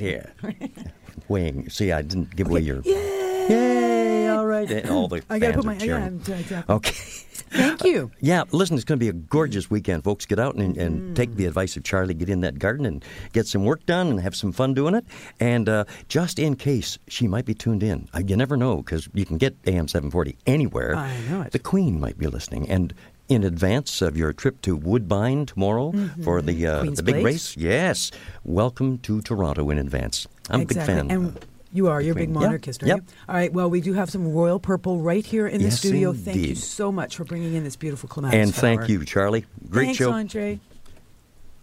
S3: here. weighing. See, I didn't give away your. Yay! All right. And all the
S4: I gotta put
S3: fans are
S4: my yeah,
S3: cheering. Oh.
S4: I'm- uh, yeah.
S3: Okay.
S4: Thank you.
S3: Yeah, listen, it's going to be a gorgeous weekend, folks. Get out and, and take the advice of Charlie. Get in that garden and get some work done and have some fun doing it. And uh, just in case she might be tuned in, uh, you never know because you can get AM 740 anywhere.
S4: I know it.
S3: The Queen might be listening. And in advance of your trip to Woodbine tomorrow for the uh,
S4: Mm-hmm. Queen's
S3: the big
S4: Place.
S3: race, yes, welcome to Toronto in advance. I'm
S4: exactly.
S3: a big fan.
S4: And you are. You're a big
S3: Queen.
S4: monarchist,
S3: Yep,
S4: aren't you? All right. Well, we do have some royal purple right here in the
S3: Yes,
S4: studio. Thank you
S3: indeed.
S4: so much for bringing in this beautiful clematis.
S3: and
S4: flower.
S3: thank you, Charlie. Great
S4: Thanks,
S3: show.
S4: Andre.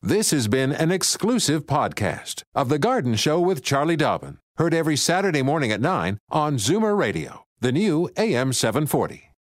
S1: This has been an exclusive podcast of The Garden Show with Charlie Dobbin, heard every Saturday morning at 9 on Zoomer Radio, the new AM 740.